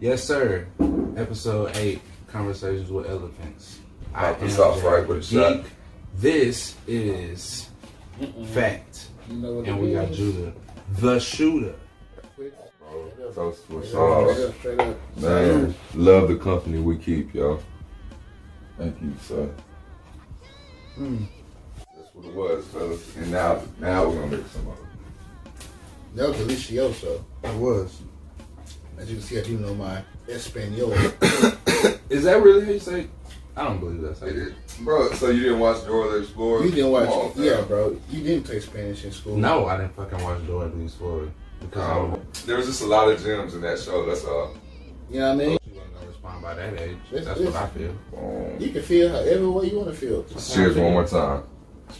Yes, sir. Episode eight, conversations with elephants. Pop this off Jared right with a shot. This is fact, You know what and it we got is? Judah, the shooter. Toast to us Straight all. up, straight up. Man, love the company we keep, y'all. Thank you, sir. Hmm. That's what it was, fellas. And now, now we're gonna make some of it. That was Delicioso. It was. As you can see, I do know my Espanol. Is that really how you say? it? I don't believe that's how It you. is- Bro, so you didn't watch Dora the Explorer? You didn't watch, Come on, yeah, fam. bro. You didn't play Spanish in school. No, I didn't fucking watch Dora the Explorer because I Um, there was just a lot of gems in that show. That's all. You know what I mean? you wasn't gonna respond by that age. It's- That's it's- what I feel. Boom. You can feel however way you want to feel. Cheers one more time.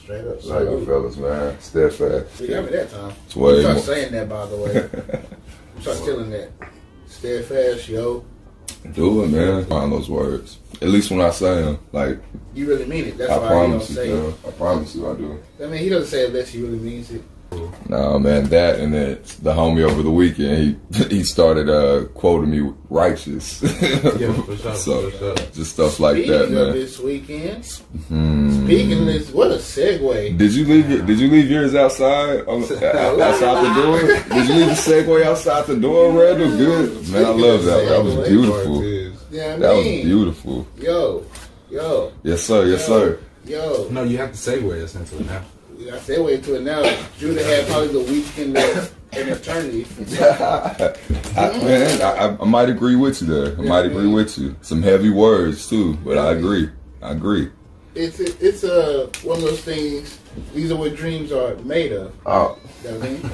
Straight up. Love you, Salute. fellas, man. Steadfast. See, Remember that time? It's You way start more. saying that, by the way. You start telling that. Steadfast, yo. Do it, man. Find those words. At least when I say them, like You really mean it. That's I why he don't promise you, say girl. I promise you, I do. it. I mean, he doesn't say it unless he really means it. No man, that and that the homie over the weekend he he started uh quoting me righteous, Yeah, for sure. so for sure. just stuff like Speaking that, of man. this weekend, Hmm. speaking of this, what a segue. Did you leave? Your, did you leave yours outside? on- outside the door? Did you leave the Segway outside the door, Randall? Good man, I love that. That was beautiful. You know what That I was mean? beautiful. Yo, yo, Yes sir, yes sir. yo. No, you have to segue us into it now. I say wait to it now. Judah had probably the weekend of an eternity. I, man, I, I- I might agree with you there. I might agree with you. Some heavy words too, but I agree. I agree. It's it, it's a one of those things. These are what dreams are made of. Uh, You know what I mean?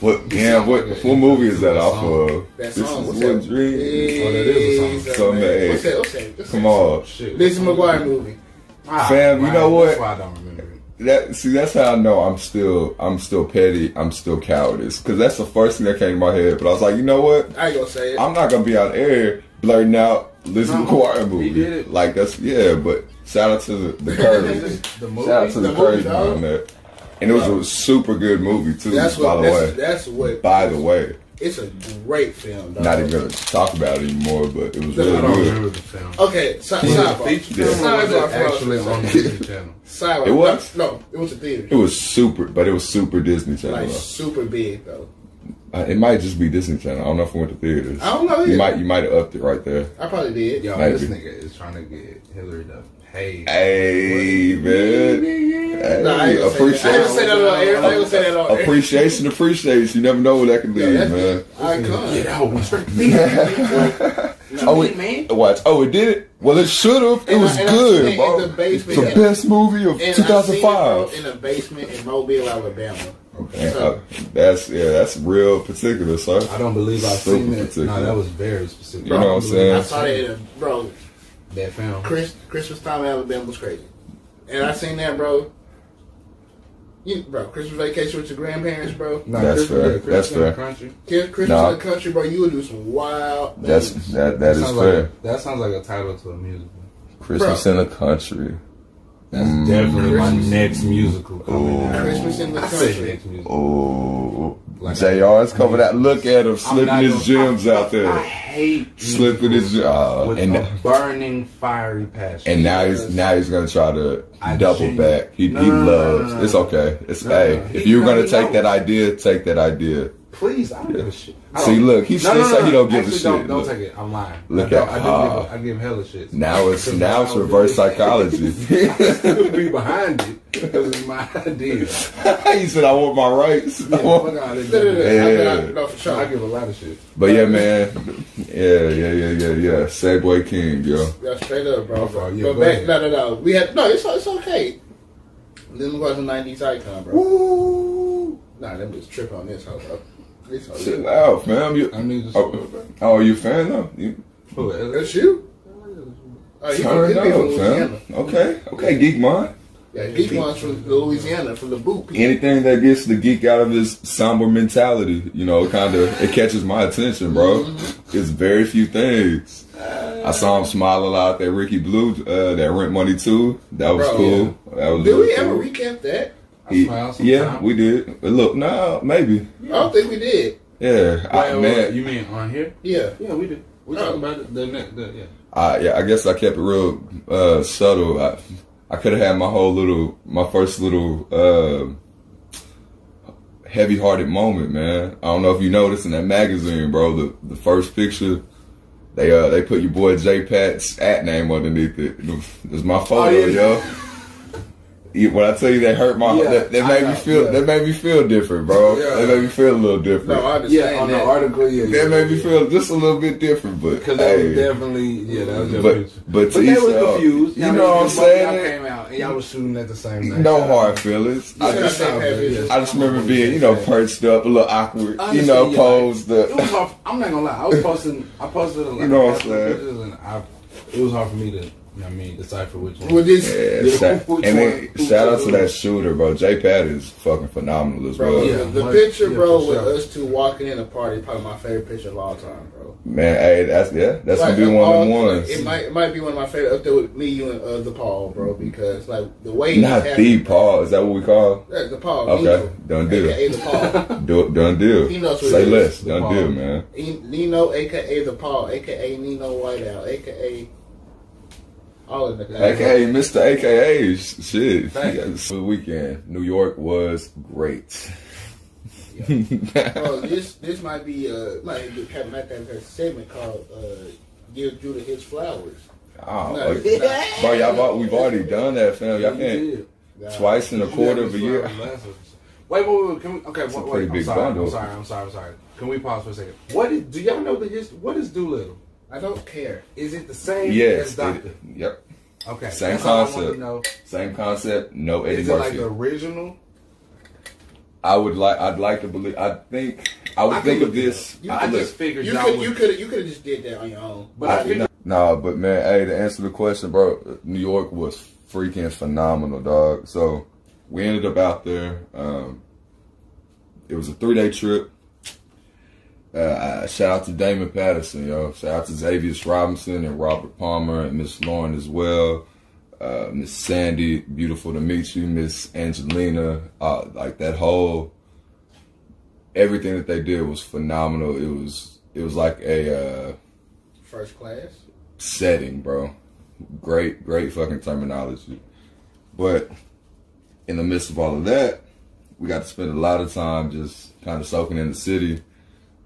What damn? What what movie is that off of? That this song. is what's one that? dream. Oh, that is a song. Jesus, Something man. that- What's that? What's that? What's Come that? on, Shit. Lizzie McGuire movie. Ah, Fam, you know what? That's why I don't remember. it. that see that's how I know I'm still I'm still petty. I'm still cowardice because that's the first thing that came to my head. But I was like, you know what? I ain't gonna say it. I'm not gonna be on air blurting out Lizzie No, McGuire he movie. did it. Like that's yeah. But shout out to the, the courage. The movie. Shout out to the, The movie, courage dog. on that. And it was a super good movie too. that's by what. Uh-huh. the way, That's, that's what. by the way, It's a great film. Dog. not even gonna talk about it anymore. But it was No, really I don't good. remember the film. Okay, si- Was it a sidebar. feature film or was Sidebar it for actually us. on the Disney Channel? Sidebar. It was? no, no, it was a theater. It was super, but it was super Disney Channel. Like super big though. Uh, it might just be Disney Channel. I don't know if we went to theaters. I don't know You either. might you might have upped it right there. I probably did. Yo, Maybe. this nigga is trying to get Hillary to pay. Hey man, hey, No, I ain't gonna say that. I ain't gonna appreciation, say that on air. I ain't gonna say that on air. appreciation, appreciation. You never know where that can lead, that's- man. I Get come. out, Mr. Oh, it, watch. Oh, it did it. Well, it should have. It And I- was and I seen it good, in bro. the basement. It's the best movie of And I seen it, bro, 2005. in a basement in Mobile, Alabama. Man, So, I- uh, that's yeah, that's real particular, sir. I don't believe I've Super seen that. particular. No, that was very specific. You know what I'm saying? I saw that in a bro. That film. Chris, Christmas time in Alabama was crazy, and I seen that, bro. You, bro, Christmas vacation with your grandparents, bro. No, That's Christmas- fair. Christmas That's in the fair. Country. Kids, Christmas Nah. in the country, bro. You would do some wild. That's things. that that is sounds fair. Like, that sounds like a title to a musical. Christmas in the country. That's Mm. definitely my Christmas. next musical coming Ooh. out. Christmas in the I said country. next musical. Oh, Like- Jr. is coming out. Look at him I'm slipping not his gonna- gems out I there, hate slipping his musicals uh, with and a burning fiery passion. and now he's now he's gonna try to I double genuinely- back. He, No, he no, no, no, loves. no, no, It's no. okay. It's No, hey. no, no. If He you're gonna really take that knows. idea, take that idea. Please, I don't give a shit. I See, don't- look, he still say he don't give a Actually, shit. Don't, don't Look. take it. I'm lying. Look I don't- at- I, do ah. give a, I give hella shit. Now it's Because now I it's don't reverse really- psychology. I still be behind it because it's my idea. he said, "I want my rights." Yeah, I want- fuck all that No, no, no, shit. I mean, Yeah. I, no, for So I sure. give a lot of shit. But yeah, man. Yeah, yeah, yeah, yeah, yeah. Segway King, yo. Yeah, straight up, bro. Oh, yeah, but go back, ahead. no, no, no. We had no. It's it's okay. This was a '90s icon, bro. Woo! Nah, them just trip on this hoe, bro. This hoe. Chill out, fam. You, I need to oh, oh, you a fan though? You, Who, uh, Ella? That's you? Oh, he from, Turn he be up, from Louisiana. fam. Okay, okay, geek mind. Yeah, he one's from Louisiana, from the boot people. Anything that gets the geek out of his somber mentality, you know, kind of it catches my attention, bro. Mm-hmm. It's very few things. I saw him smile a lot. That Ricky Blue, uh, that Rent Money too. That was Bro, cool. That was Did really we ever cool. recap that? I He- smile sometimes. yeah, we did. But look, no, maybe. I don't think we did. Yeah, I, uh, Wait, wait, man, wait, you mean on here? Yeah. Yeah, we do. We Oh. talk about it the next. The, yeah. I yeah, I guess I kept it real uh, subtle. I I could have had my whole little my first little uh, heavy hearted moment, man. I don't know if you noticed in that magazine, bro. The the first picture. They, uh, they put your boy J Pat's at name underneath it. It's my photo, Oh, yeah. yo. Yeah, When I tell you that hurt my Yeah, that, that I made know, me feel yeah. that made me feel different, bro. Yeah. That made me feel a little different. No, I understand Yeah, on that. the article. Yeah, that made me feel just a little bit different, but because that hey. was definitely yeah. That was your But picture. but, to But they each was their own. confused. You know what I'm Y'all saying? came out and y'all was shooting at the same time. No hard feelings. I Yeah. just Shout out, man. Yeah. I just remember being you know perched up, a little awkward, I you know, understand, yeah. posed It was the. hard. I'm not gonna lie. I was posting. I posted a lot. You know what I'm of saying? pictures And I, it was hard for me to. You know what I mean, decipher which one. With this, Yeah, shout- Which and one? then Who's shout out the to dude? that shooter, bro. J Pat is fucking phenomenal as bro, well. Yeah. the my- picture, yeah, bro, for with sure. us two walking in a party, probably my favorite picture of all time, bro. Man, hey, that's yeah, that's Like, gonna be one of the all- ones. It might, it might be one of my favorite up there with me, you, and uh, the Paul, bro, because like the way Not it the happened- Paul. Is that what we call? Yeah, the Paul. Okay, Nino, done deal. AKA the Paul. Do, done He deal. knows what Say it is. less. The Done Paul. deal, man. N- Nino, aka the Paul, aka Nino Whiteout, aka all of the guys. AKA Mr. AKA shit. Thank you. The weekend, New York was great. Oh, Bro, this this might be uh might be- have might have a segment called uh give Judah his flowers. Oh, No, like- bro, y'all, bought, we've already done that, fam. Y'all can't You Nah. twice in a did quarter of a this year. last episode. Wait, wait, wait. Can we, okay, a wait, pretty wait. I'm big sorry. bundle. I'm sorry. I'm sorry. I'm sorry. Can we pause for a second? What is, do y'all know the history? What is Doolittle? I don't care. Is it the same as Yes, it- Doctor? yep, Okay, Same that's all I wanted concept. to know. same concept. No Eddie Is it like Murphy. the original? I would like. I'd like to believe. I think. I would I can think of look it this. You- I I look- just figured You y'all could would- you could you could have just did that on your own. But I, figured Nah, but man, hey, to answer the question, bro, New York was freaking phenomenal, dog. So we ended up out there. Um, it was a three day trip. Uh, I- shout out to Damon Patterson, yo. Shout out to Xavier Robinson and Robert Palmer and Miss Lauren as well. Uh, Miss Sandy, beautiful to meet you. Miss Angelina, uh, like that whole everything that they did was phenomenal. It was it was like a uh, First class. setting, bro. Great, great fucking terminology. But in the midst of all of that, we got to spend a lot of time just kind of soaking in the city,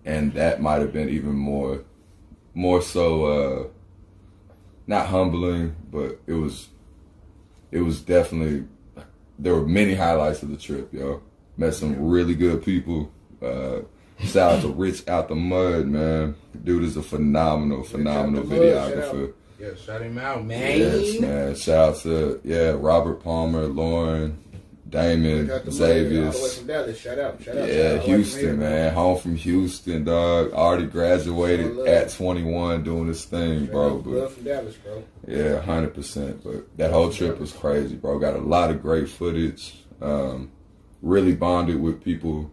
and that might have been even more, more so, uh, not humbling, but it was, it was definitely. There were many highlights of the trip, yo. Met some really good people. Uh, shout out to Rich out the mud, man. Dude is a phenomenal, phenomenal Out the Mud, shout out. videographer. yeah, shout him out, man. Yes, man. Shout out to yeah, Robert Palmer, Lauren, We Damon, got the money all the Xavier. way from Dallas. Shout out, shout out. shout Yeah, out. I like Houston, him here. man. Home from Houston, dog. Already graduated Show love. at 21 doing this thing, Shout bro. out to But Love from Dallas, bro. yeah, hundred percent. But that whole trip was crazy, bro. Got a lot of great footage. Um, really bonded with people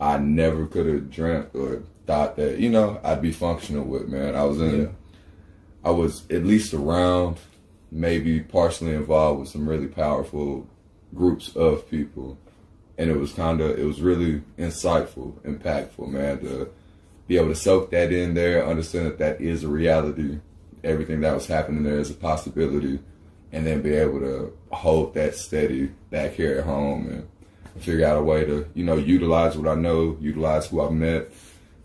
I never could have dreamt or thought that you know I'd be functional with. Man, I was in, Yeah. I was at least around, maybe partially involved with some really powerful groups of people, and it was kind of it was really insightful, impactful, man. To be able to soak that in there, understand that that is a reality everything that was happening there is a possibility, and then be able to hold that steady back here at home and figure out a way to you know utilize what I know, utilize who I've met,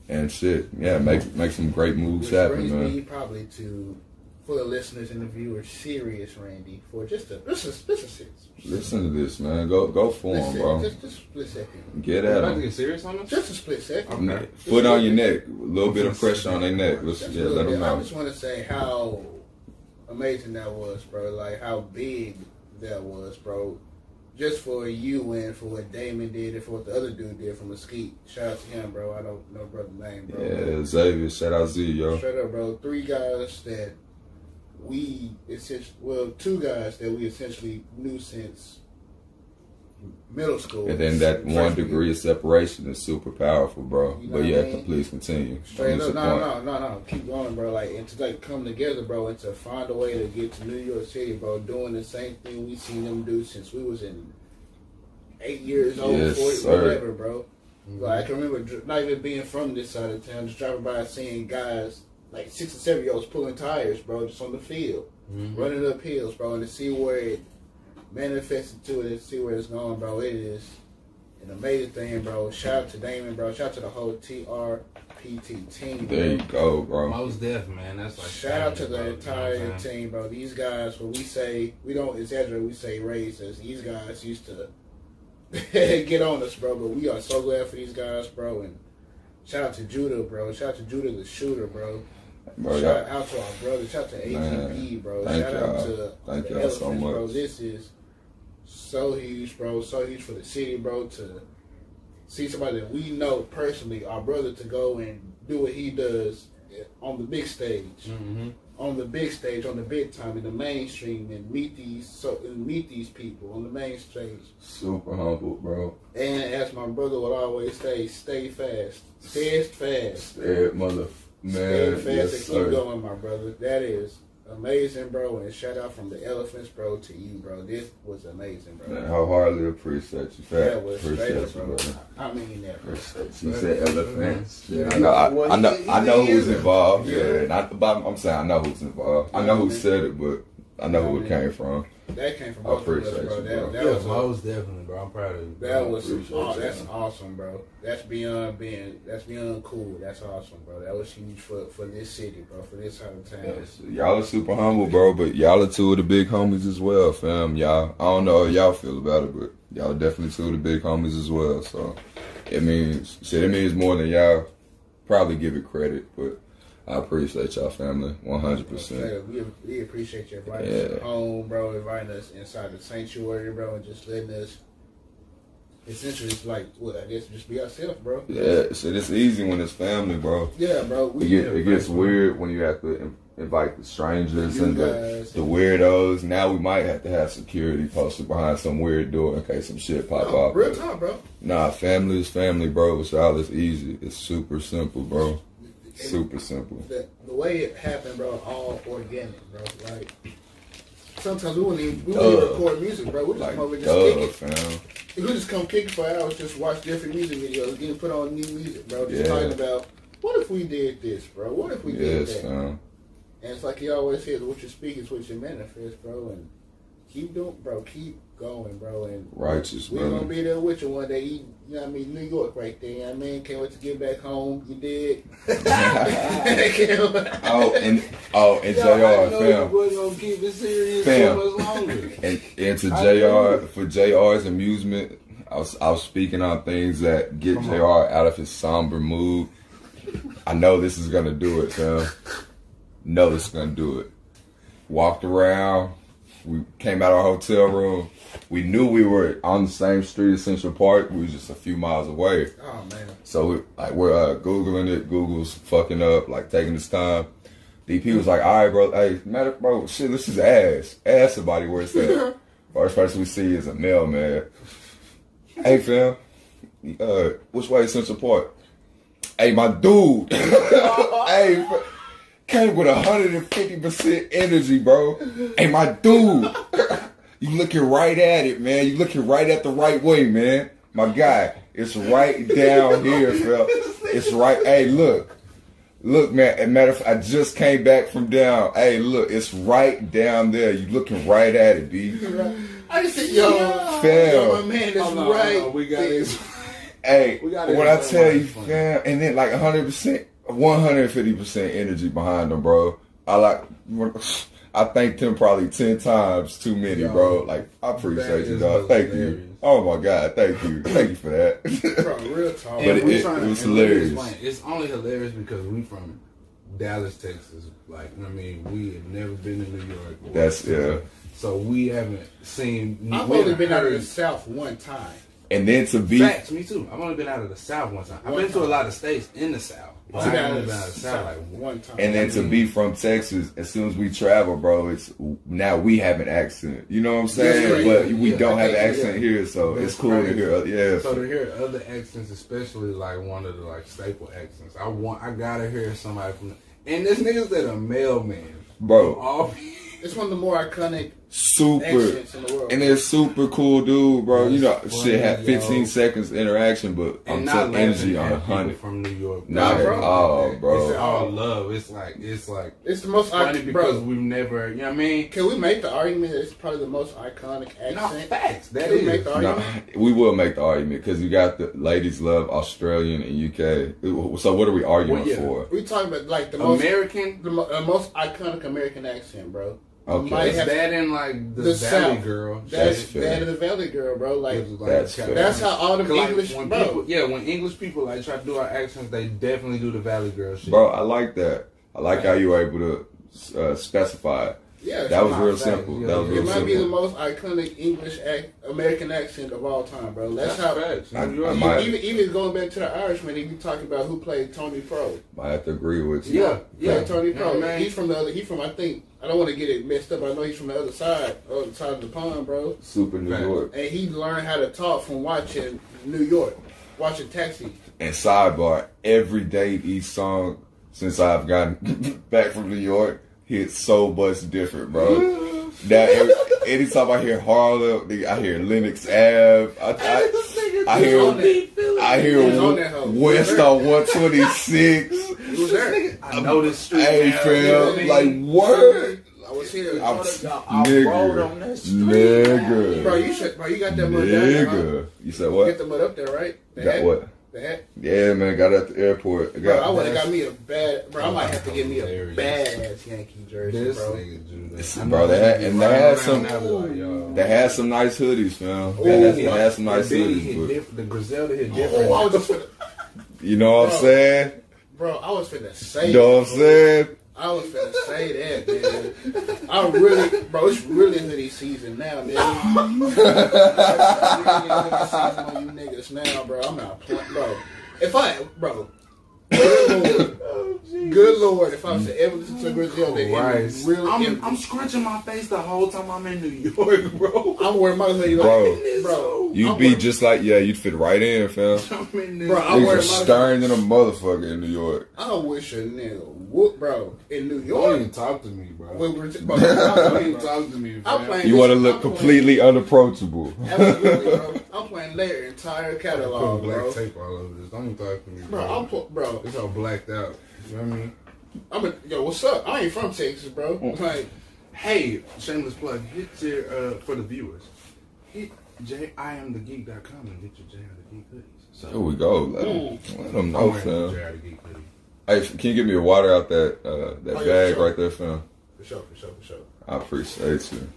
and shit, yeah, make make some great moves Which happen, brings man. me probably to for the listeners and the viewers, serious Randy for just a this is this is it. Listen to this, man. Go go for him, Listen, bro. Just, just a split second. Get You at about to him. get serious on this? Just a split second. Okay. get- Foot on your neck, a little bit of pressure on their neck. Let's, Just a yeah, little let bit. them I know. just want to say how amazing that was, bro. Like how big that was, bro. Just for you and for what Damon did and for what the other dude did from Mesquite. Shout out to him, bro. I don't know brother's name, bro. Yeah, Xavier, shout out Z, yo. Straight up, bro. Three guys that we essentially, well, two guys that we essentially knew since middle school. And then that one Freshman year. degree of separation is super powerful, bro. You But know what I yeah, mean? please continue. Straight Miss up, the no, point. no, no, no, keep going, bro. Like, and to like come together, bro, and to find a way to get to New York City, bro, doing the same thing we seen them do since we was in eight years old, Yes, four, sir. whatever, bro. Mm-hmm. Like I can remember dr- not even being from this side of town, just driving by and seeing guys like six and seven year olds pulling tires, bro, just on the field, Mm-hmm. running up hills, bro, and to see where it manifested to it and see where it's going, bro. It is an amazing thing, bro. Shout out to Damon, bro. Shout out to the whole TRPT team. There you Bro. go, bro. Most deaf, man. That's like Shout out to bro, the you know what I'm entire saying? team, bro. These guys, when we say we don't exaggerate, we say racist. These guys used to get on us, bro. But we are so glad for these guys, bro. And shout out to Judah, bro. Shout out to Judah, the shooter, bro. Bro, shout y'all- out to our brother. Shout out to ATP, bro. thank Shout out y'all. to Thank the y'all so Elephants, bro. much. This is so huge, bro. So huge for the city, bro. To see somebody that we know personally, our brother, to go and do what he does on the big stage Mhm. on the big stage, on the big time, in the mainstream, and meet these so and meet these people on the main stage. Super humble, bro. And as my brother would always say, stay fast, fast, fast, Dead mother. stay fast, and keep going, my brother. That is amazing, bro. And shout out from the Elephants, bro, to you, bro. This was amazing, bro. Man, I hardly appreciate you, fat. That was straight Appreciate up, you, bro. bro. I mean that, bro. Appreciate you. You said elephants. Yeah. I know, I, I know, I know who's involved. Yeah. Yeah, not the bottom. I'm saying I know who's involved. I know who said it, but I know who it came from. That came from I both of us, appreciate bro. you, That, bro. that yeah, was a- most definitely, bro. I'm proud of you. bro. That was Appreciate aw- you, that's man. awesome, bro. That's beyond being that's beyond cool. That's awesome, bro. That was huge for for this city, bro. For this side of town. Y'all are super humble, bro, but y'all are two of the big homies as well, fam. Y'all, I don't know how y'all feel about it, but y'all are definitely two of the big homies as well. So it means shit. It means more than y'all probably give it credit, but I appreciate y'all, family, one hundred percent. Yeah, We, we appreciate you inviting us Yeah. home, bro. Inviting us inside the sanctuary, bro, and just letting us essentially it's like what I guess just be ourselves, bro. Yeah, shit. It's easy when it's family, bro. Yeah, bro. It, We get, it gets weird when you have to in- invite the strangers You and the, guys. the weirdos. Now we might have to have security posted behind some weird door in case some shit pop No, off. Oh, real talk, bro. Nah, family is family, bro. With y'all, it's easy. It's super simple, bro. Super simple. the, the way it happened, bro, all organic, bro. Like sometimes we wouldn't even we wouldn't even Duh. record music, bro. We just Like, come over and just kick duh, it. fam. We could just come kick for hours, just watch different music videos, getting put on new music, bro. Just Yeah. talking about what if we did this, bro? What if we did Yes, that? fam. And it's like he always says, what you speak is what you manifest, bro. And keep doing, bro. Keep going, bro. And Righteous, we're gonna brother. be there with you one day. You know what I mean? New York, right there. You know what I mean, can't wait to get back home. You did. Oh, and oh, and Y'all, I know you Jr. fam. boys gonna keep it serious Fam. so much longer. And, and to I Jr. know. for Jr.'s amusement, I was I was speaking on things that get Come on. Jr. out of his somber mood. I know this is gonna do it, fam. Know this is gonna do it. Walked around. We came out of our hotel room. We knew we were on the same street as Central Park. We was just a few miles away. oh man. So we like we're uh, googling it. Google's fucking up, like taking its time. DP was like, "All right, bro. Hey, matter, bro. Shit, this is ass. Ask somebody where it's at." First person we see is a mailman. Hey, fam. Uh, which way is Central Park? Hey, my dude. hey, fam. came with hundred and fifty percent energy, bro. Hey, my dude. you looking right at it, man. You looking right at the right way, man. My guy, it's right down here, fam. It's right. Hey, look. Look, man. As a matter of fact, I just came back from down. Hey, look, it's right down there. You looking right at it, B. I just said, yo, Fam. yo, my man, that's Hold on, hold right. on, we got there. it. Hey, We gotta when get I that tell one you, funny. fam, and then like 100%, 150% energy behind them, bro. I like, I thanked him probably 10 times too many, Yo, bro. Like, I that appreciate you, is dog. Thank hilarious. you. Oh my God, thank you. thank you for that. Bro, real talk. But And it- we it- tryna- it was and let me hilarious. explain. It's only hilarious because we from Dallas, Texas. Like, I mean, we have never been to New York. That's, yeah. So we haven't seen. I've we only haven't been out of the heard- South one time. And then to be, Facts, me too. I've only been out of the South one time. I've One been to a time. lot of states in the South. But I've I've been only been out of the South like one. one time. and then to be from Texas, as soon as we travel, bro, it's now we have an accent. You know what I'm saying? right. But we Yeah, don't have an yeah, accent yeah. here, so That's it's cool to crazy. hear. Yeah. So to hear other accents, especially like one of the like staple accents, I want I gotta hear somebody from. And this niggas that a mailman, Bro, all It's one of the more iconic Super. accents in the world. And they're super cool dude, bro. You know, That's shit had funny, 15 yo. seconds interaction, but And I'm not telling energy laughing on at people 100. from New York. Not bro. at all, It's bro. all love. It's like it's like it's the most funny iconic. because Bro, we've never. You know what I mean? can we make the argument that it's probably the most iconic Not accent? facts. That Can we make is. the Nah, argument? we will make the argument because you got the ladies love Australian and UK. So what are we arguing Well, yeah. for? We talking about like the most American. the mo- uh, most iconic American accent, bro. Okay. Might It's have- that and like the, The Valley South. Girl. That's fair. that and the Valley Girl, bro. Like It's That's fair. that's how all the Like, English, when bro. people, yeah, when English people like try to do our accents, they definitely do the Valley Girl shit. Bro, I like that. I like how you were able to uh, specify. yeah, That was my real fact, simple. yeah. That was It real might be the simple. most iconic English ac- American accent of all time, bro. That's, That's how. facts. I- New York- I you- might- Even even going back to the Irishman, he be talking about who played Tony Pro. I have to agree with you. Yeah, yeah, Yeah, Tony Pro. Yeah, man. he's from the other. He's from I think I don't want to get it messed up. I know he's from the other side, other side of the pond, bro. Super New Right. York. And he learned how to talk from watching New York, watching Taxi. And sidebar, every day each song since I've gotten back from New York hits so much different, bro. that every, anytime I hear Harlem, nigga, I hear Lennox Ave, I, I, I hear I hear He was on that hoe. West on 126. He was there. I know this street. Hey, now, you know what I fam, mean? like word, I was here. I'm, rolled on nigga, that street, nigga, bro, you should. Bro, you got that mud down there, huh? nigga. You said You Get what? the mud up there, right? The Got hat? what? The hat. Yeah, man, got at the airport. I Bro, got I would have got me a bad. Bro, I might have to get me a Hilarious. badass Yankee jersey, This bro. nigga do It's- this. I bro, know that- he be and that running had around some- now with, like, yo. They had some nice hoodies, fam. They Ooh, had, they had some the nice Billy hoodies, hit but diff- the Griselda hit different. Oh, I was just finna, you know what I'm Bro. saying? bro. I was finna say. You know what I'm that, bro. saying? I was finna say that, man. I really, bro. It's really hoodie season now, man. It's really hoodie season on you niggas now, bro. I'm not playing, bro. If I, bro. Good lord, good lord! If I was to ever listen to Griselda, in Christ. real, I'm, in- I'm scratching my face the whole time I'm in New York, bro. I'm wearing my hoodie, like, Bro. bro. You'd I'm be wearing- just like, yeah, you'd fit right in, fam. I'm in this. bro. I'm Niggas wearing are my stern than a motherfucker in New York. I wish a nigga would, bro, in New Don't York. even talk to me, Mm. bro. When we're t- bro, Don't I'm even playing, talk to me, I'm fam. playing You this- want to I'm look playing- completely unapproachable. Absolutely, bro. I'm playing their entire Putting catalog, black bro. tape all over this. Don't even talk to me, bro. Bro, I'm pu- bro. it's all blacked out. You know what I mean? I'm a yo. What's up? I ain't from Texas, bro. Mm. Like, Hey, shameless plug. Hit your uh, for the viewers. Hit J I am the geek.com and get your J I am the geek hoodies. There So we go. Let them, let 'em I'm know, wearing the Oh, fam. Jared the Geek hoodie. Hey, can you get me a water out that uh, that Oh, yeah, bag sure. right there, fam? for sure, for sure, for sure. I appreciate you.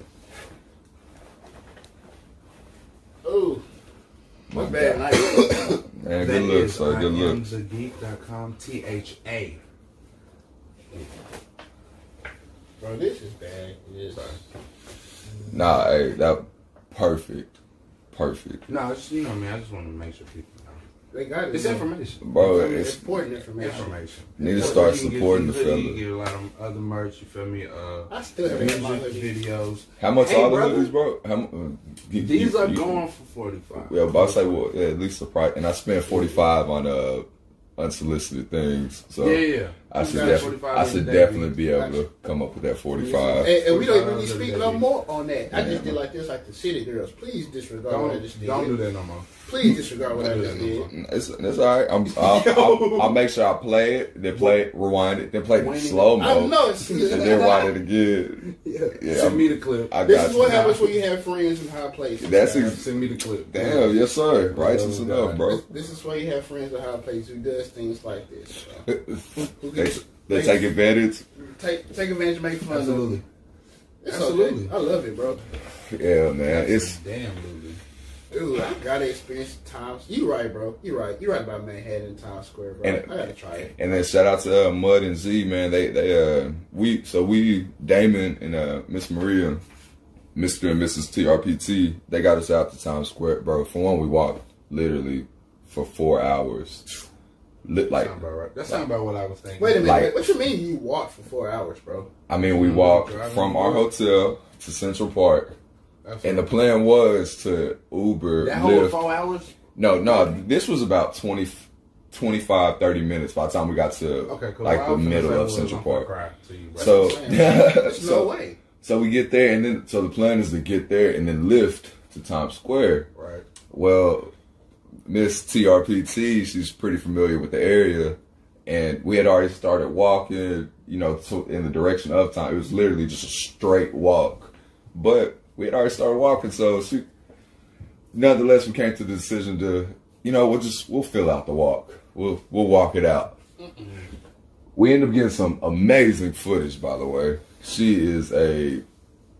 Ooh, My what's bad God. night? That Man, good look, is sir. I Good am look. the geek.com T H A. bro, this is bad. Yes. Nah, hey, that perfect. Perfect. No, it's, you know, what I mean, I just want to make sure people know. They got it. It's man. information. Bro, You feel me? it's- Important information. information. Need to So start you can get supporting the your hoodie, You fella. get a lot of other merch. You feel me? Uh, I still haven't got my hoodie. music videos. How much Hey, all the brother. hoodies, bro? How, mu- uh, you- These you- are you- going for forty five. Yeah, but I say well, yeah, at least the price. And I spent forty five on uh unsolicited things, so yeah, yeah. I You should got definitely, 45 I in should the day, definitely dude. be able to come up with that forty five. And, and we don't Forty-five really dollars speak a no day. more on that. I just Yeah. did like this, like the city girls. Please disregard what I Don't, just did. don't do that no more. Please disregard what I Don't do just that no did. more. Mm, It's, it's all right. I'm, I'll, I'll, I'll make sure I play it, then play it, rewind it, then play it in Winning. slow mo, I and know it's then rewind it again. Yeah. Yeah, Send I'm- me the clip. I This got is what you. happens when you have friends in high places. That's guys. ex- Send me the clip. Damn, yes sir. Righteous Oh, enough, God. bro. this is why you have friends in high places who does things like this. bro. Who They, can they take advantage. take take advantage, make fun of Absolutely. them. It's Absolutely. Absolutely, I love it, bro. Yeah, man. It's damn movie. Dude, I gotta experience Times. You right, bro. You right. You right about Manhattan Times Square, bro. And- I gotta try it. And then shout out to uh, Mud and Z, man. They they uh we so we Damon and uh Miss Maria, Mr. and Mrs. TRPT, they got us out to Times Square, bro. For one, we walked literally for four hours. Lit like Sound about right. That's not about what I was thinking. Wait a minute. Like- what you mean you walked for four hours, bro? I mean Mm-hmm. we walked from our hotel to Central Park. That's- And the plan was to Uber That whole Lyft. four hours? No, no, this was about 20, 25, 30 minutes by the time we got to okay, cool. like Well, I the was finna middle say, of well, Central I'm gonna Park. cry to you, bro. So, That's what I'm saying. There's so no way. So we get there, and then so the plan is to get there and then lift to Times Square. Right. Well, Miss TRPT, she's pretty familiar with the area, and we had already started walking, you know, to, in the direction of time. It was literally just a straight walk, but we had already started walking, so she. Nonetheless, we came to the decision to, you know, we'll just we'll fill out the walk. We'll we'll walk it out. We end up getting some amazing footage, by the way. She is a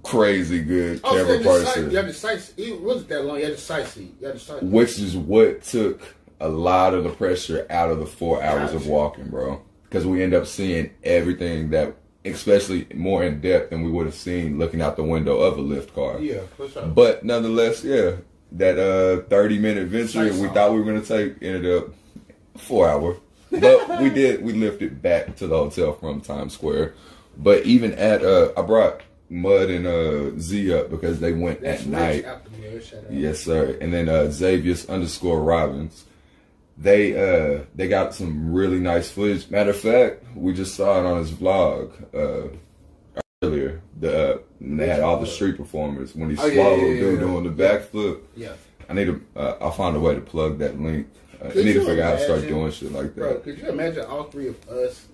crazy good Oh, so camera you just person sight- y'all just sight- It wasn't that long. Y'all just sightseeing. Y'all just sightseeing. which is what took a lot of the pressure out of the four hours of Gotcha. walking, bro. Because we end up seeing everything that, especially more in depth than we would have seen looking out the window of a lift car. Yeah. For sure. But nonetheless, yeah, that uh thirty minute venture Nice we song. thought we were gonna take ended up four hour. But we did we lifted back to the hotel from Times Square. But even at uh I brought Mud and uh Z up because they went That's at rich night. out the mirror, shout out. Yes, sir. And then uh Xavier's underscore Robbins. They uh they got some really nice footage. Matter of fact, we just saw it on his vlog uh earlier. The uh, and they had all the street performers when he Oh, swallowed yeah, yeah, yeah, yeah. dude doing the backflip. Yeah. I need to uh, I'll find a way to plug that link. Uh, I Could need to you figure out how to start imagine? doing shit like Bro, that. could you imagine all three of us?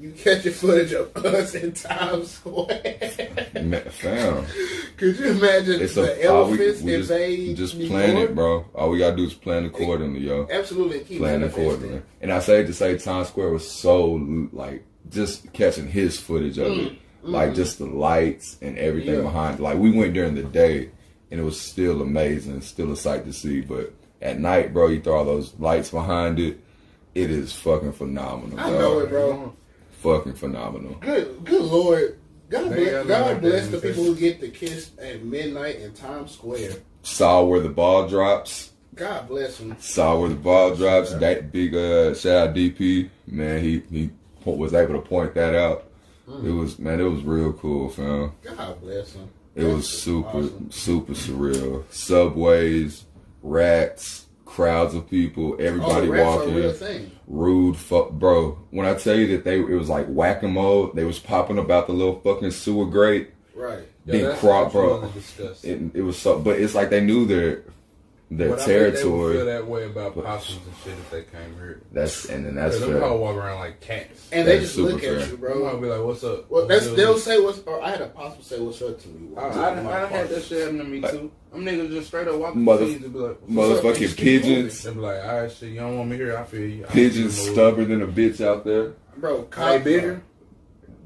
You catching footage of us in Times Square. Ma- Fam, could you imagine it's the a all we, elephants we invade just, just New plan York? it, bro. All we gotta do is plan accordingly, yo. Absolutely, keep Plan accordingly. And I say to say Times Square was so like just catching his footage of it, like just the lights and everything Mm, mm-hmm. Yeah. behind. Like we went during the day, and it was still amazing, still a sight to see. But at night, bro, you throw all those lights behind it. It is fucking phenomenal. I dog. know it, bro. Fucking phenomenal. Good, good Lord. God They bless, got God like bless that the people who get the kiss at midnight in Times Square. Saw where the ball drops. God bless them. Saw where the ball drops. That big uh shout out DP man. He he po- was able to point that out. Mm. It was man. It was real cool, fam. God bless them. It was super, super surreal. Subways, rats, crowds of people, Oh, everybody the rats are a real walking, thing. rude, fuck, bro. When I tell you that they, it was like whack a mole. They was popping about the little fucking sewer grate. Right. Big that's crop, what bro. you wanna discuss. It, it was so, but it's like they knew their their But I bet They would feel territory. that way about possums and shit if they came here. That's and then That's that's them fair. all walk around like cats. And they That's just look super at fair. you, Bro, bro. I'll be like, "What's up?" Well, that's What's they'll up? say what's. Or I had a possible say what's up to me. I, Oh, I, done- I done had that shit happen to me too. Them niggas just straight up walk the Mother- streets and be like, What's up? Motherfucking Just keep pigeons, They'll be like, "All right, shit, you don't want me here. I feel you." I pigeons feel you. stubborn than a bitch out there. bro, Are cop, they bigger?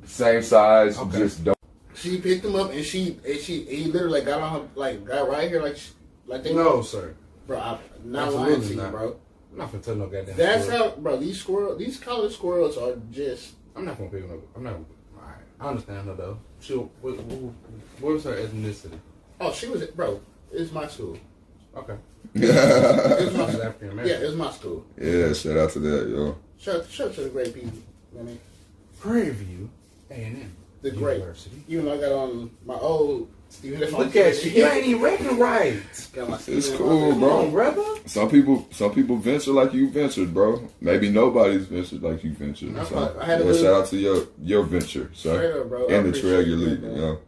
Same size, Okay. just don't. She picked him up and she and she he literally got on her like got right here like she, like they No, sir. bro. I'm not Absolutely lying to you, not. bro. I'm not gonna tell no goddamn. That's story. how, bro. These squirrel, these college squirrels are just I'm not gonna pick them up. I'm not. All right, I understand her though. She, what, what, what was her ethnicity? Oh, she was bro. It's my school. Okay, It's she's my, African yeah, American. it's my school. Yeah, shout out to that, yo. Shout, shout out to the great people. you know what I mean, Prairie View, A and M, The great. University. even though I got on my old Stephen. Look at you. You ain't even rapping right. Got my It's Stephen cool, Hawking. bro. Come on, brother. Some people, some people venture like you ventured, bro. Maybe nobody's ventured like you ventured. I- So, I had a yeah, little- shout out to your your venture, Straight sir, up, bro. I and the trail appreciate you're that, leading, man. yo.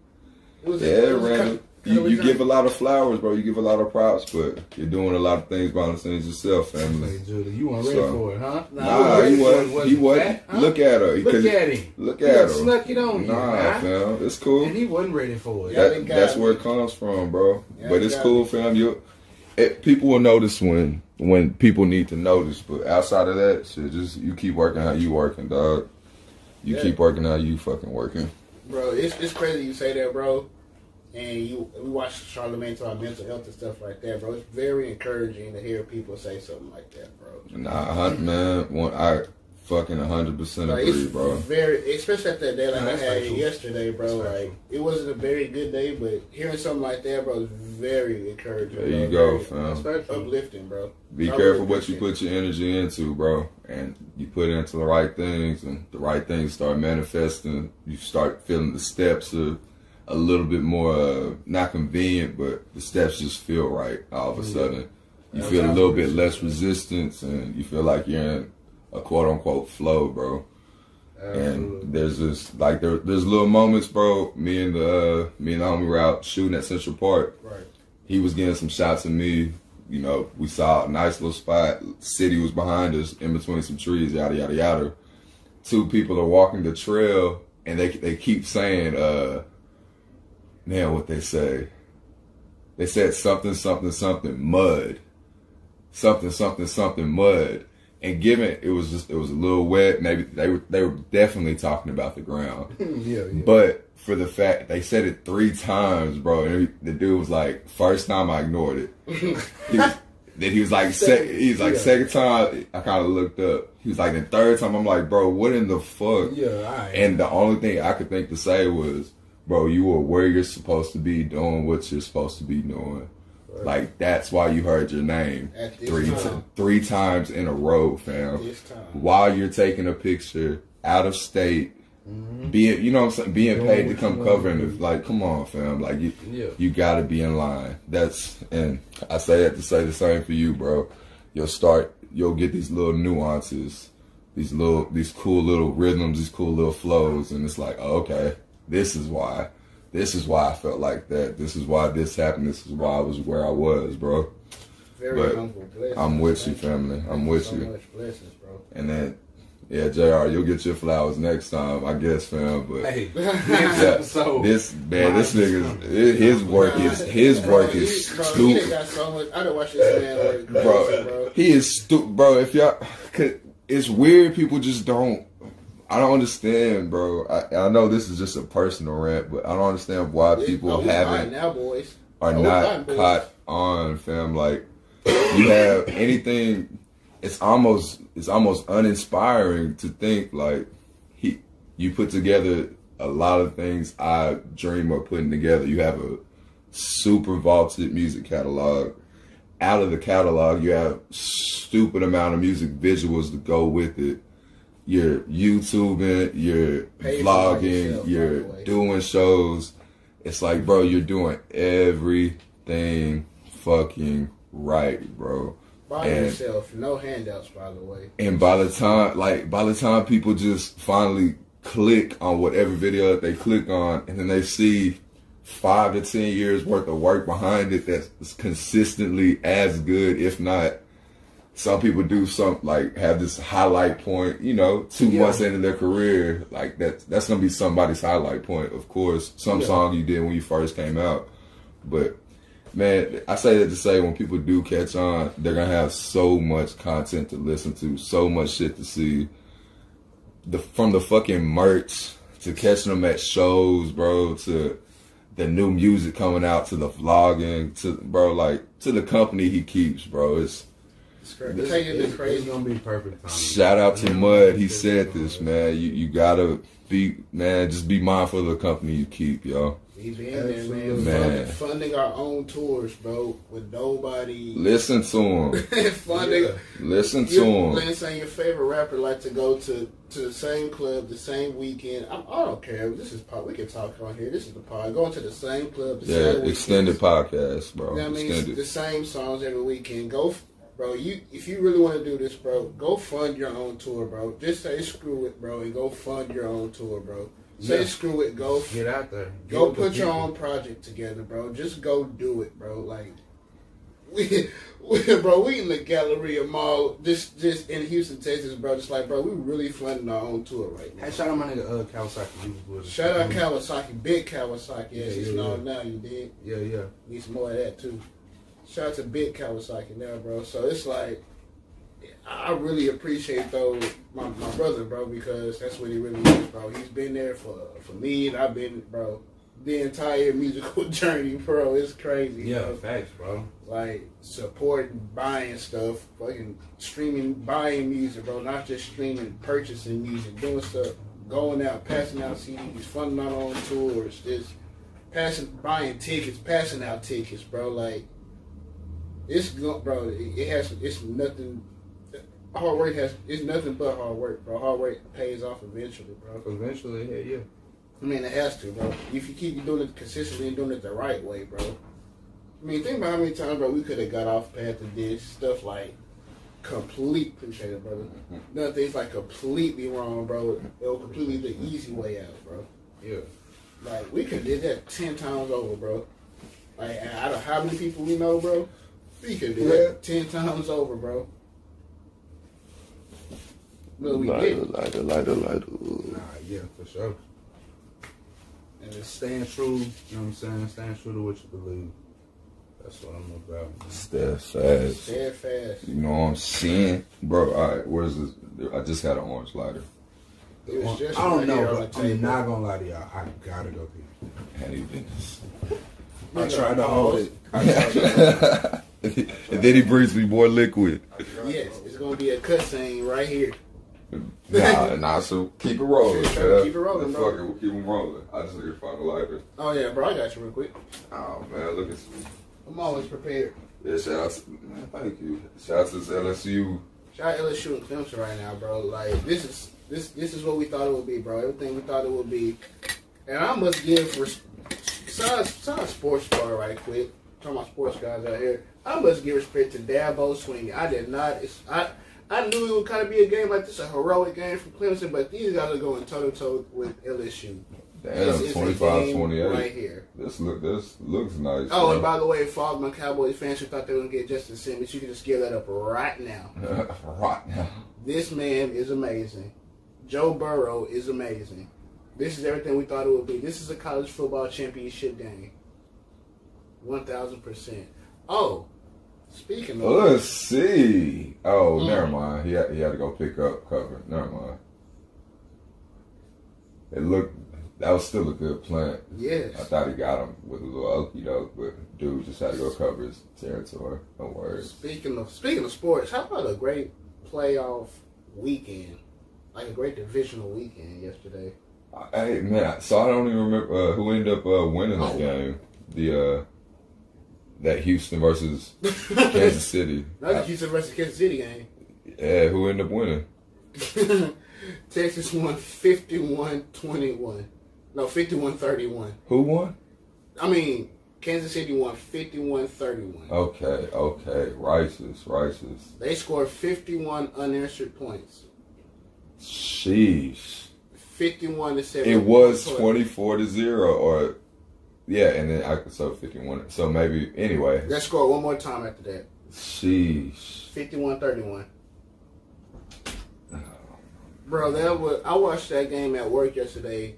It was- Yeah, it was a Randy, cut- cut you, away you give a job. lot of flowers, bro. You give a lot of props, but you're doing a lot of things behind the scenes yourself, Hey, family. Judy, you weren't ready So- for it, huh? Nah, you you wasn't. You wasn't. Huh? Look at her. Look 'cause- at him. Look He at done her. snuck it on you, Nah, huh? fam. It's cool. And he wasn't ready for it. Yeah. That, they got that's me. where it comes from, bro. Yeah, but they it's got cool, me. fam. You, it, people will notice when when people need to notice. But outside of that, shit, just you keep working how you working, dog. You Yeah. keep working how you fucking working. Bro, it's, it's crazy you say that, bro. And you we watch Charlamagne talk about mental health and stuff like that, bro. It's very encouraging to hear people say something like that, bro. Nah, a hun- man, one, I fucking hundred percent Like, agree, it's bro. very, especially after that day like No, I that's had factual. yesterday, bro. That's Like factual. it wasn't a very good day, but hearing something like that, bro, is very encouraging. There you bro. go, Very fam. Uplifting, bro. Be I really careful what you appreciate put your energy into, bro. And you put it into the right things, and the right things start manifesting. You start feeling the steps are a little bit more uh, not convenient, but the steps just feel right all of a sudden. You That's feel a how I little bit appreciate less it. resistance, and you feel like you're in a quote unquote flow, bro. And there's just like there, there's little moments, bro. Me and the uh, me and the homie were out shooting at Central Park. Right. He was getting some shots of me. You know, we saw a nice little spot. City was behind us, in between some trees. Yada yada yada. Two people are walking the trail, and they they keep saying, uh, "Man, what they say? They said something, something, something, mud, something, something, something, mud." And given it was just it was a little wet, maybe they were they were definitely talking about the ground. Um, yeah, yeah. But for the fact they said it three times, bro, and the dude was like, first time I ignored it. He was- then he was like, sec- he was like, Yeah. second time I kind of looked up. He was like, the third time I'm like, bro, what in the fuck? Yeah, all right. And the only thing I could think to say was, bro, you were where you're supposed to be doing what you're supposed to be doing. Like that's why you heard your name At this three time. ti- three times in a row, fam This time. while you're taking a picture out of state, being you know what I'm saying, being Mm-hmm. Doing paid to what you come wanna cover him. do. If like, come on, fam, like you, Yeah. you gotta be in line. That's and I say that to say the same for you, bro. You'll start, you'll get these little nuances, these little, these cool little rhythms, these cool little flows, and it's like, oh, okay, this is why. This is why I felt like that. This is why this happened. This is why I was where I was, bro. Very But humble blessings. I'm with you, Thank family. I'm Thank with so you. So much blessings, bro. And then, yeah, Jr. You'll get your flowers next time, I guess, fam. But Hey, yeah, this so this man, this Mine is nigga's his work is his work is Bro, he done stupid, got so much. I done watched this man work, crazy, bro. bro. He is stupid, bro. If y'all, 'cause it's weird. People just don't. I don't understand, bro. I, I know this is just a personal rant, but I don't understand why Oh, people we fine haven't now, boys. are Oh, we fine, not boys. caught on, fam. Like you have anything, it's almost it's almost uninspiring to think like he you put together a lot of things I dream of putting together. You have a super vaulted music catalog. Out of the catalog, you have stupid amount of music visuals to go with it. You're YouTubing, you're Pay for yourself, vlogging, by you're the way. doing shows. It's like, bro, you're doing everything fucking right, bro. By and- yourself, no handouts, by the way. And by the time, like, by the time people just finally click on whatever video that they click on, and then they see five to ten years worth of work behind it that's consistently as good, if not. Some people do some like have this highlight point, you know, two Yeah. months into their career, like that's that's gonna be somebody's highlight point, of course. Some Yeah. song you did when you first came out, but Man, I say that to say when people do catch on, they're gonna have so much content to listen to, so much shit to see. The from the fucking merch to catching them at shows, bro, to the new music coming out, to the vlogging, to bro, like to the company he keeps, bro. It's It's crazy. Tell you the It's crazy. gonna be perfect timing. shout out to Mud, he said this, man. You you gotta be man, just be mindful of the company you keep, yo. We been there, man. Man. Fund- Funding our own tours, bro, with nobody. Listen to him. funding. Yeah. Listen to You him. Lance saying your favorite rapper like to go to to the same club the same weekend. I, I don't care. This is pod. We can talk on here. This is the pod. Going to the same club. The Yeah, same extended weekends. podcast, bro. You know what I mean, Extended. the same songs every weekend. Go, f- bro. You if you really want to do this, bro, go fund your own tour, bro. Just say screw it, bro, and go fund your own tour, bro. Say Yeah. screw it. Go f- Get out there. Get Go with the put your people. own project together, bro. Just go do it, bro. Like we, we bro, we in the Galleria Mall, just just in Houston, Texas, bro. Just like, bro, we really funding our own tour right now. Hey, shout out my nigga uh, Kawasaki. He was with us. Shout out Kawasaki, big Kawasaki, as Mm-hmm. Yeah, he's yeah, known now. You did Yeah, yeah. need some more of that too. Shout out to big Kawasaki now, bro. So it's like. I really appreciate though my, my brother, bro, because that's what he really is, bro. He's been there for for me, and I've been, bro, the entire musical journey, bro. It's crazy, Yeah, bro. facts, bro. Like supporting, buying stuff, fucking streaming, buying music, bro. Not just streaming, purchasing music, doing stuff, going out, passing out CDs, funding out on tours, just passing, buying tickets, passing out tickets, bro. Like it's go- bro. It it has. It's nothing. Hard work has. It's nothing but hard work, bro. Hard work pays off eventually, bro. Eventually, yeah, yeah. I mean, it has to, bro. If you keep doing it consistently and doing it the right way, bro. I mean, think about how many times, bro, we could have got off path and did stuff like complete appreciate it, brother. Mm-hmm. Nothing's like completely wrong, bro. It was completely the easy way out, bro. Yeah. Like we could did that ten times over, bro. Like out of how many people we know, bro, we could do that ten times over, bro. But we Lighter, did, lighter, lighter, lighter. Nah, yeah, for sure. and Just it's stand true, you know what I'm saying? Stand true to what you believe. That's what I'm about. Steadfast. steadfast. You know what I'm saying? Bro, all right, where's this? I just got an orange lighter. It was just I don't right here on know, but the I'm table. not gonna lie to y'all. I gotta go pee. Had even. I tried to hold it. I tried to and then he brings me more liquid. Yes, it's gonna be a cutscene right here. Nah, nah, so keep it rolling. Keep it man. rolling, Let's bro. Fuck it, we'll keep it rolling. I just need to find a lighter. Oh yeah, bro, I got you real quick. Oh, man, look at you. I'm always prepared. Yeah, shout out to, man, thank you. Shout out to this LSU. Shout out LSU and Clemson right now, bro. Like this is this this is what we thought it would be, bro. Everything we thought it would be. And I must give res- side side sports bar right quick. Talking about sports guys out here. I must give respect to Dabo Swing. I did not. It's, I I knew it would kind of be a game like this, a heroic game for Clemson, but these guys are going toe to toe with LSU. This is Damn, a 25 game 28. right here. This look this looks nice. Oh, and bro. by the way, for all my Cowboys fans who thought they were going to get Justin Simmons, you can just give that up right now. right now. This man is amazing. Joe Burrow is amazing. This is everything we thought it would be. This is a college football championship game. 1,000%. Oh, speaking of. Let's see. Oh, Mm. never mind. He had, he had to go pick up cover. Never mind. It looked that was still a good plant. I Yes. thought he got him with a little okey doke, but dude just had to go cover his territory. No worries. Speaking of speaking of sports, how about a great playoff weekend? Like a great divisional weekend yesterday. I- Hey man, so I don't even remember uh, who ended up uh, winning the game. The uh, that Houston versus Kansas City. Not the Houston versus Kansas City game. yeah, who ended up winning? Texas won 51-21. No, 51-31. Who won? I mean, Kansas City won 51-31. Uh. Okay, okay, Rices, Rices. They scored 51 unanswered points. Sheesh. 51 to 7. It was twenty four to zero, or yeah, and then I so fifty one. So maybe anyway. They scored one more time after that. Sheesh. 51-31. Bro, that was I watched that game at work yesterday.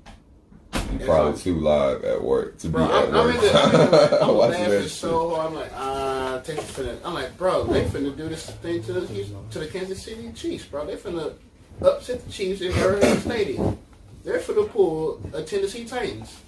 You probably too live at work to Bro, be at I'm, I'm work. in the, I'm, in the, I'm Watching that laughing shit. so hard. I'm like, ah, Texas finna. I'm like, bro, they finna do this thing to the Houston- to the Kansas City Chiefs, bro. They finna upset the Chiefs in Arrowhead Stadium. They're finna pull a Tennessee Titans.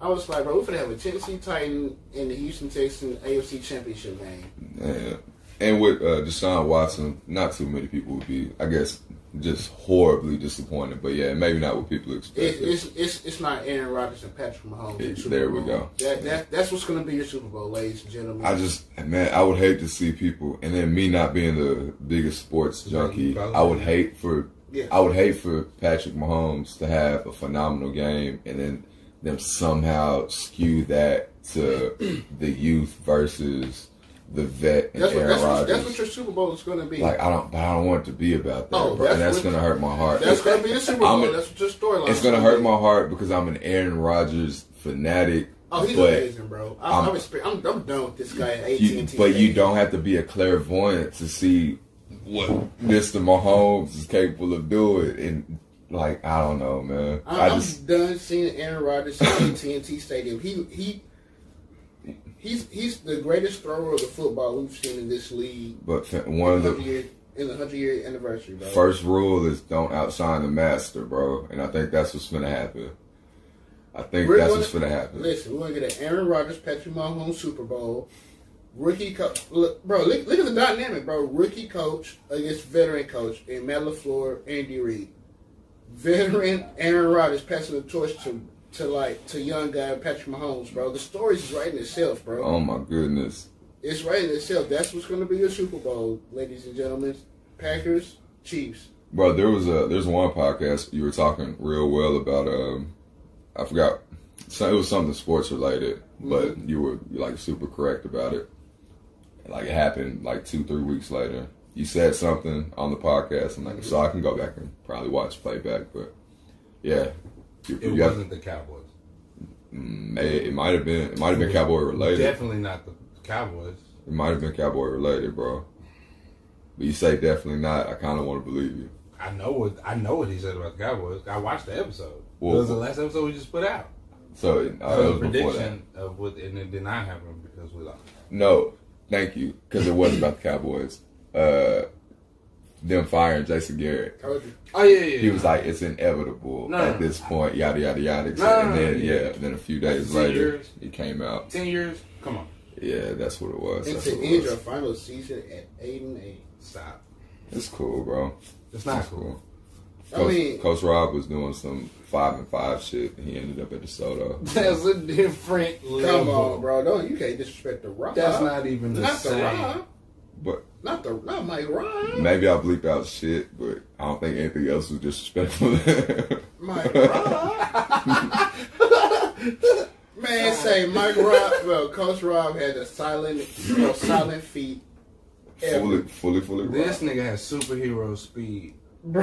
I was like, bro, we finna have a Tennessee Titan in the Houston Texans AFC Championship game. Yeah. And with uh, Deshaun Watson, not too many people would be, I guess, just horribly disappointed. But yeah, maybe not what people It's expected. it's it's, it's not Aaron Rodgers and Patrick Mahomes. in It- Super there we Bowl. go. That, that that's what's gonna be your Super Bowl, ladies and gentlemen. I just man, I would hate to see people, and then me not being the biggest sports junkie, I would hate for yeah. I would hate for Patrick Mahomes to have a phenomenal game and then them somehow skew that to the youth versus the vet and that's what, Aaron that's, what, that's what Rodgers. your Super Bowl is going to be. Like I don't, but I don't want it to be about that, Oh, bro. And that's that's what- gonna hurt my heart. That's gonna be the Super Bowl. I'm a- That's what your storyline. It's gonna hurt my heart because I'm an Aaron Rodgers fanatic. Oh, he's but amazing, bro. I'm, I'm, I'm- exper- I'm, I'm done with this guy at you, AT&T. but you Stadium. don't have to be a clairvoyant to see what Mr. Mahomes is capable of doing. And like, I don't know, man. I I'm, I'm just done seeing Aaron Rodgers at AT&T Stadium. He he. He's he's the greatest thrower of the football we've seen in this league. but fa- one of Hundred the year in the hundred year anniversary, bro. first rule is don't outshine the master, bro. And I think that's what's gonna happen. I think We're that's gonna- what's gonna happen. Listen, we're gonna get an Aaron Rodgers, Patrick Mahomes Super Bowl. Rookie coach, look, bro, look, look at the dynamic, bro. Rookie coach against veteran coach in Matt Lafleur, Andy Reid. Veteran Aaron Rodgers passing the torch to to like to young guy Patrick Mahomes, bro. The story's writing itself, bro. Oh my goodness. It's writing itself. That's what's gonna be your Super Bowl, ladies and gentlemen. Packers, Chiefs. Bro, there was a there's one podcast you were talking real well about. Um, I forgot. Mm-hmm. So it was something sports related, but you were like super correct about it. Like it happened like two, three weeks later. You said something on the podcast. I'm like, so I can go back and probably watch playback, but yeah, you, It you have- wasn't the Cowboys. Mm, it, it might have been it might have been cowboy related. Definitely not the Cowboys. It might have been cowboy related, bro. But you say definitely not. I kind of want to believe you. I know what I know what he said about the Cowboys. I watched the episode. Well- it was the last episode we just put out. So it- uh, so the it was before that. prediction of what and it did not happen because we lost. No, thank you, because it was about the Cowboys. Uh, them firing Jason Garrett. Told you. Oh yeah, yeah. He was like, it's inevitable No, at no, this point. Yada yada yada. No, and no, then no. yeah, and then a few days Ten later, years. it came out. ten years. Come on, Yeah, that's what it was. And That's to what end it your was. final season at eight and eight. stop. It's cool, bro. It's not It's cool. cool. I Coach, mean- Coach Rob was doing some five and five shit. He ended up at the Soto. That's a different level. Come on, bro. No, you can't disrespect the Rock. That's not even the not the same. Rock. But Not the not Mike Rock. maybe I bleeped out shit, but I don't think anything else was disrespectful. Mike Rob. Man, say Mike Rob. Well, Coach Rob had the silent, most silent feet fully, ever. fully, fully. This Rob. nigga has superhero speed,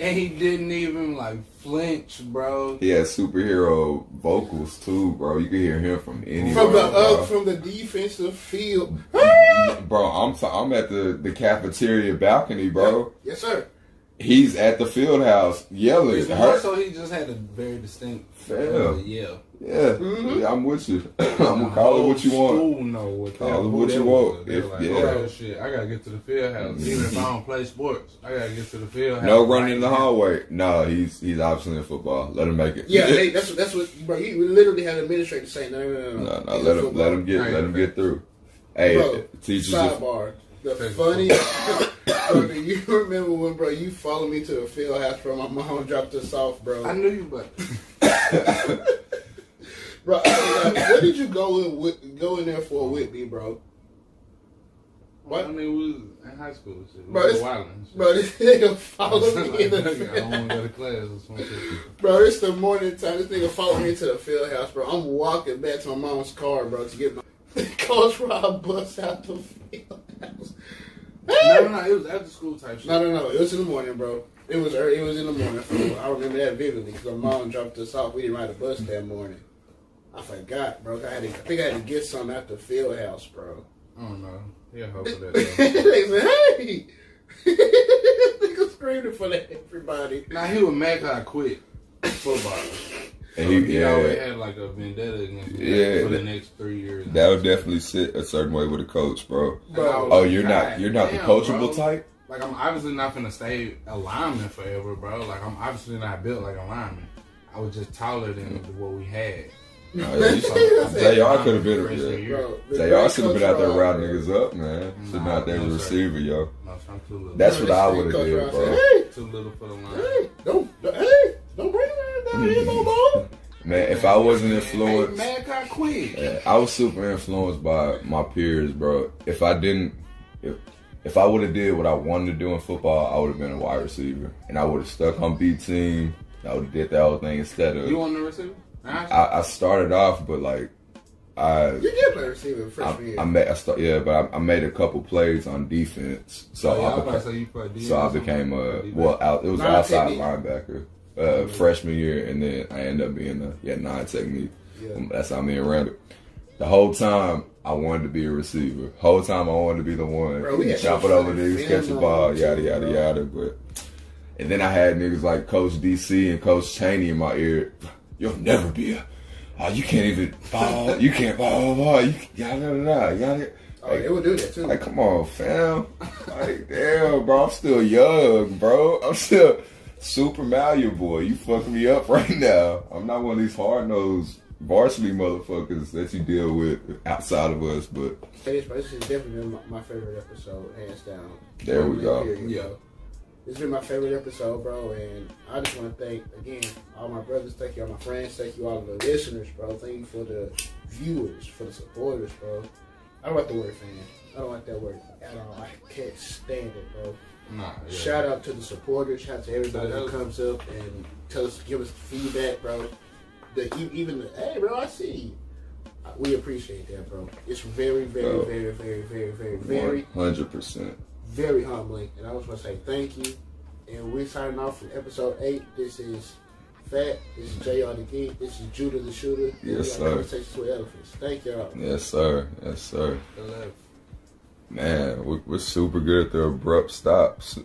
and he didn't even like flinch, bro. He had superhero vocals too, bro. You could hear him from anywhere. From the bro. up, from the defensive field. Bro, I'm t- I'm at the, the cafeteria balcony, bro. Yes, sir. He's at the field house yelling. It's more Her- so he just had a very distinct uh, Yeah. yeah. yeah, yeah, I'm with you. I'm gonna call it Oh, what you want. School know what Call that- it who what that you was. want. They're If- like, yeah. Mm-hmm. oh, shit, I gotta get to the field house. Even if I don't play sports, I gotta get to the field house. No running in the hallway. No, he's he's obviously in football. Let him make it. Yeah, they, that's what- that's what, bro. You literally had an administrator saying, no, no, no, no. no, no. It's Let him football. let him get let him get through. Hey, Bro, teachers. if- sidebar. The funniest. bro, do you remember when, bro, you followed me to the field house, bro? My mom dropped us off, bro. I knew you, but Bro, I- like, what did you go in with, go in there for with me, bro? what? I What? mean, we was in high school. and Shit. We Bro, were this- wild and shit. Bro, this nigga Like, followed me in the nigga, I don't field. want to go to class. or some shit. Bro, it's the morning time. This nigga followed me into the field house, bro. I'm walking back to my mom's car, bro, to get my Coach Rob bust out the field house. No, no, no. It was after school type shit. No, no, no. It was in the morning, bro. It was early. It was in the morning. I remember that vividly because my mom dropped us off. We didn't ride a bus that morning. I forgot, bro. I had to, I think I had to get some at the field house, bro. I don't know. He a hoe for that. they though. said, "Hey!" Nigga screaming for that everybody. now he was mad 'cause I quit football. and He, he, always yeah, had like a vendetta against me Yeah, for the that- next three years. that would definitely sit a certain way with a coach, bro. And I was Oh, like, you're not God you're not the damn, bro. coachable type. Like I'm obviously not gonna stay a lineman forever, bro. Like I'm obviously not built like a lineman. I was just taller than Mm. what we had. No, yeah, you So, I'm should- a JR could have lineman been. freshman Yeah. year. Bro, the JR great should have been Coach out there Rob, routing bro. niggas up, man. Should have been out there as a No, sir. receiver, yo. No, so I'm too little. That's what I Coach would have did, Rob said, bro. Hey, too little for the line. hey, don't, don't- hey, don't bring that down here no more. Man, if I wasn't Hey, influenced, man, I quit. Yeah, I was super influenced by my peers, bro. If I didn't, if if I would have did what I wanted to do in football, I would have been a wide receiver, and I would have stuck on B team. I would have did that whole thing instead You of. want the receiver? Nah, I, I started off, but like, I You did play receiver freshman I, year. I made I start, yeah, but I, I made a couple plays on defense, so Oh, yeah, I I was about to became, say you play D so or I something. became a D back. well out. It was Nine outside technique. linebacker uh, freshman year, and then I ended up being a yeah nine technique. Um, Yeah. That's how me and Randall. The whole time I wanted to be a receiver. Whole time I wanted to be the one. Bro, we had Chop it some over fucking niggas, catch the film ball, on yada too, yada bro. yada. But and then I had niggas like Coach DC and Coach Cheney in my ear. You'll never be a. Oh, you can't even ball. You can't ball. ball. You yada yada yada. yada. Oh, they would do that too. Like, come on, fam. Like, damn, bro. I'm still young, bro. I'm still super malleable. You fucking me up right now. I'm not one of these hard nosed varsity motherfuckers that you deal with outside of us, but Hey, This this has definitely been my, my favorite episode, hands down. There we go. Period, Yeah. bro. This has been my favorite episode, bro, and I just want to thank again all my brothers, thank you all my friends, thank you all the listeners, bro. Thank you for the viewers, for the supporters, bro. I don't like the word fan. I don't like that word at all. I can't stand it, bro. Nah, yeah. Shout out to the supporters. Shout out to everybody Shout that out. comes up and tells, give us feedback, bro. The e- even the, hey, bro, I see you. We appreciate that, bro. It's very, very, Bro. very, very, very, very, very, One hundred percent. very humbling. And I just want to say thank you. And we're signing off from episode eight. This is Fat. This is JR the Geek. This is Judah the Shooter. and we Yes, are sir. Conversations with Elephants. Thank y'all. Yes, sir. Yes, sir. The left. Man, we're, we're super good at the abrupt stops.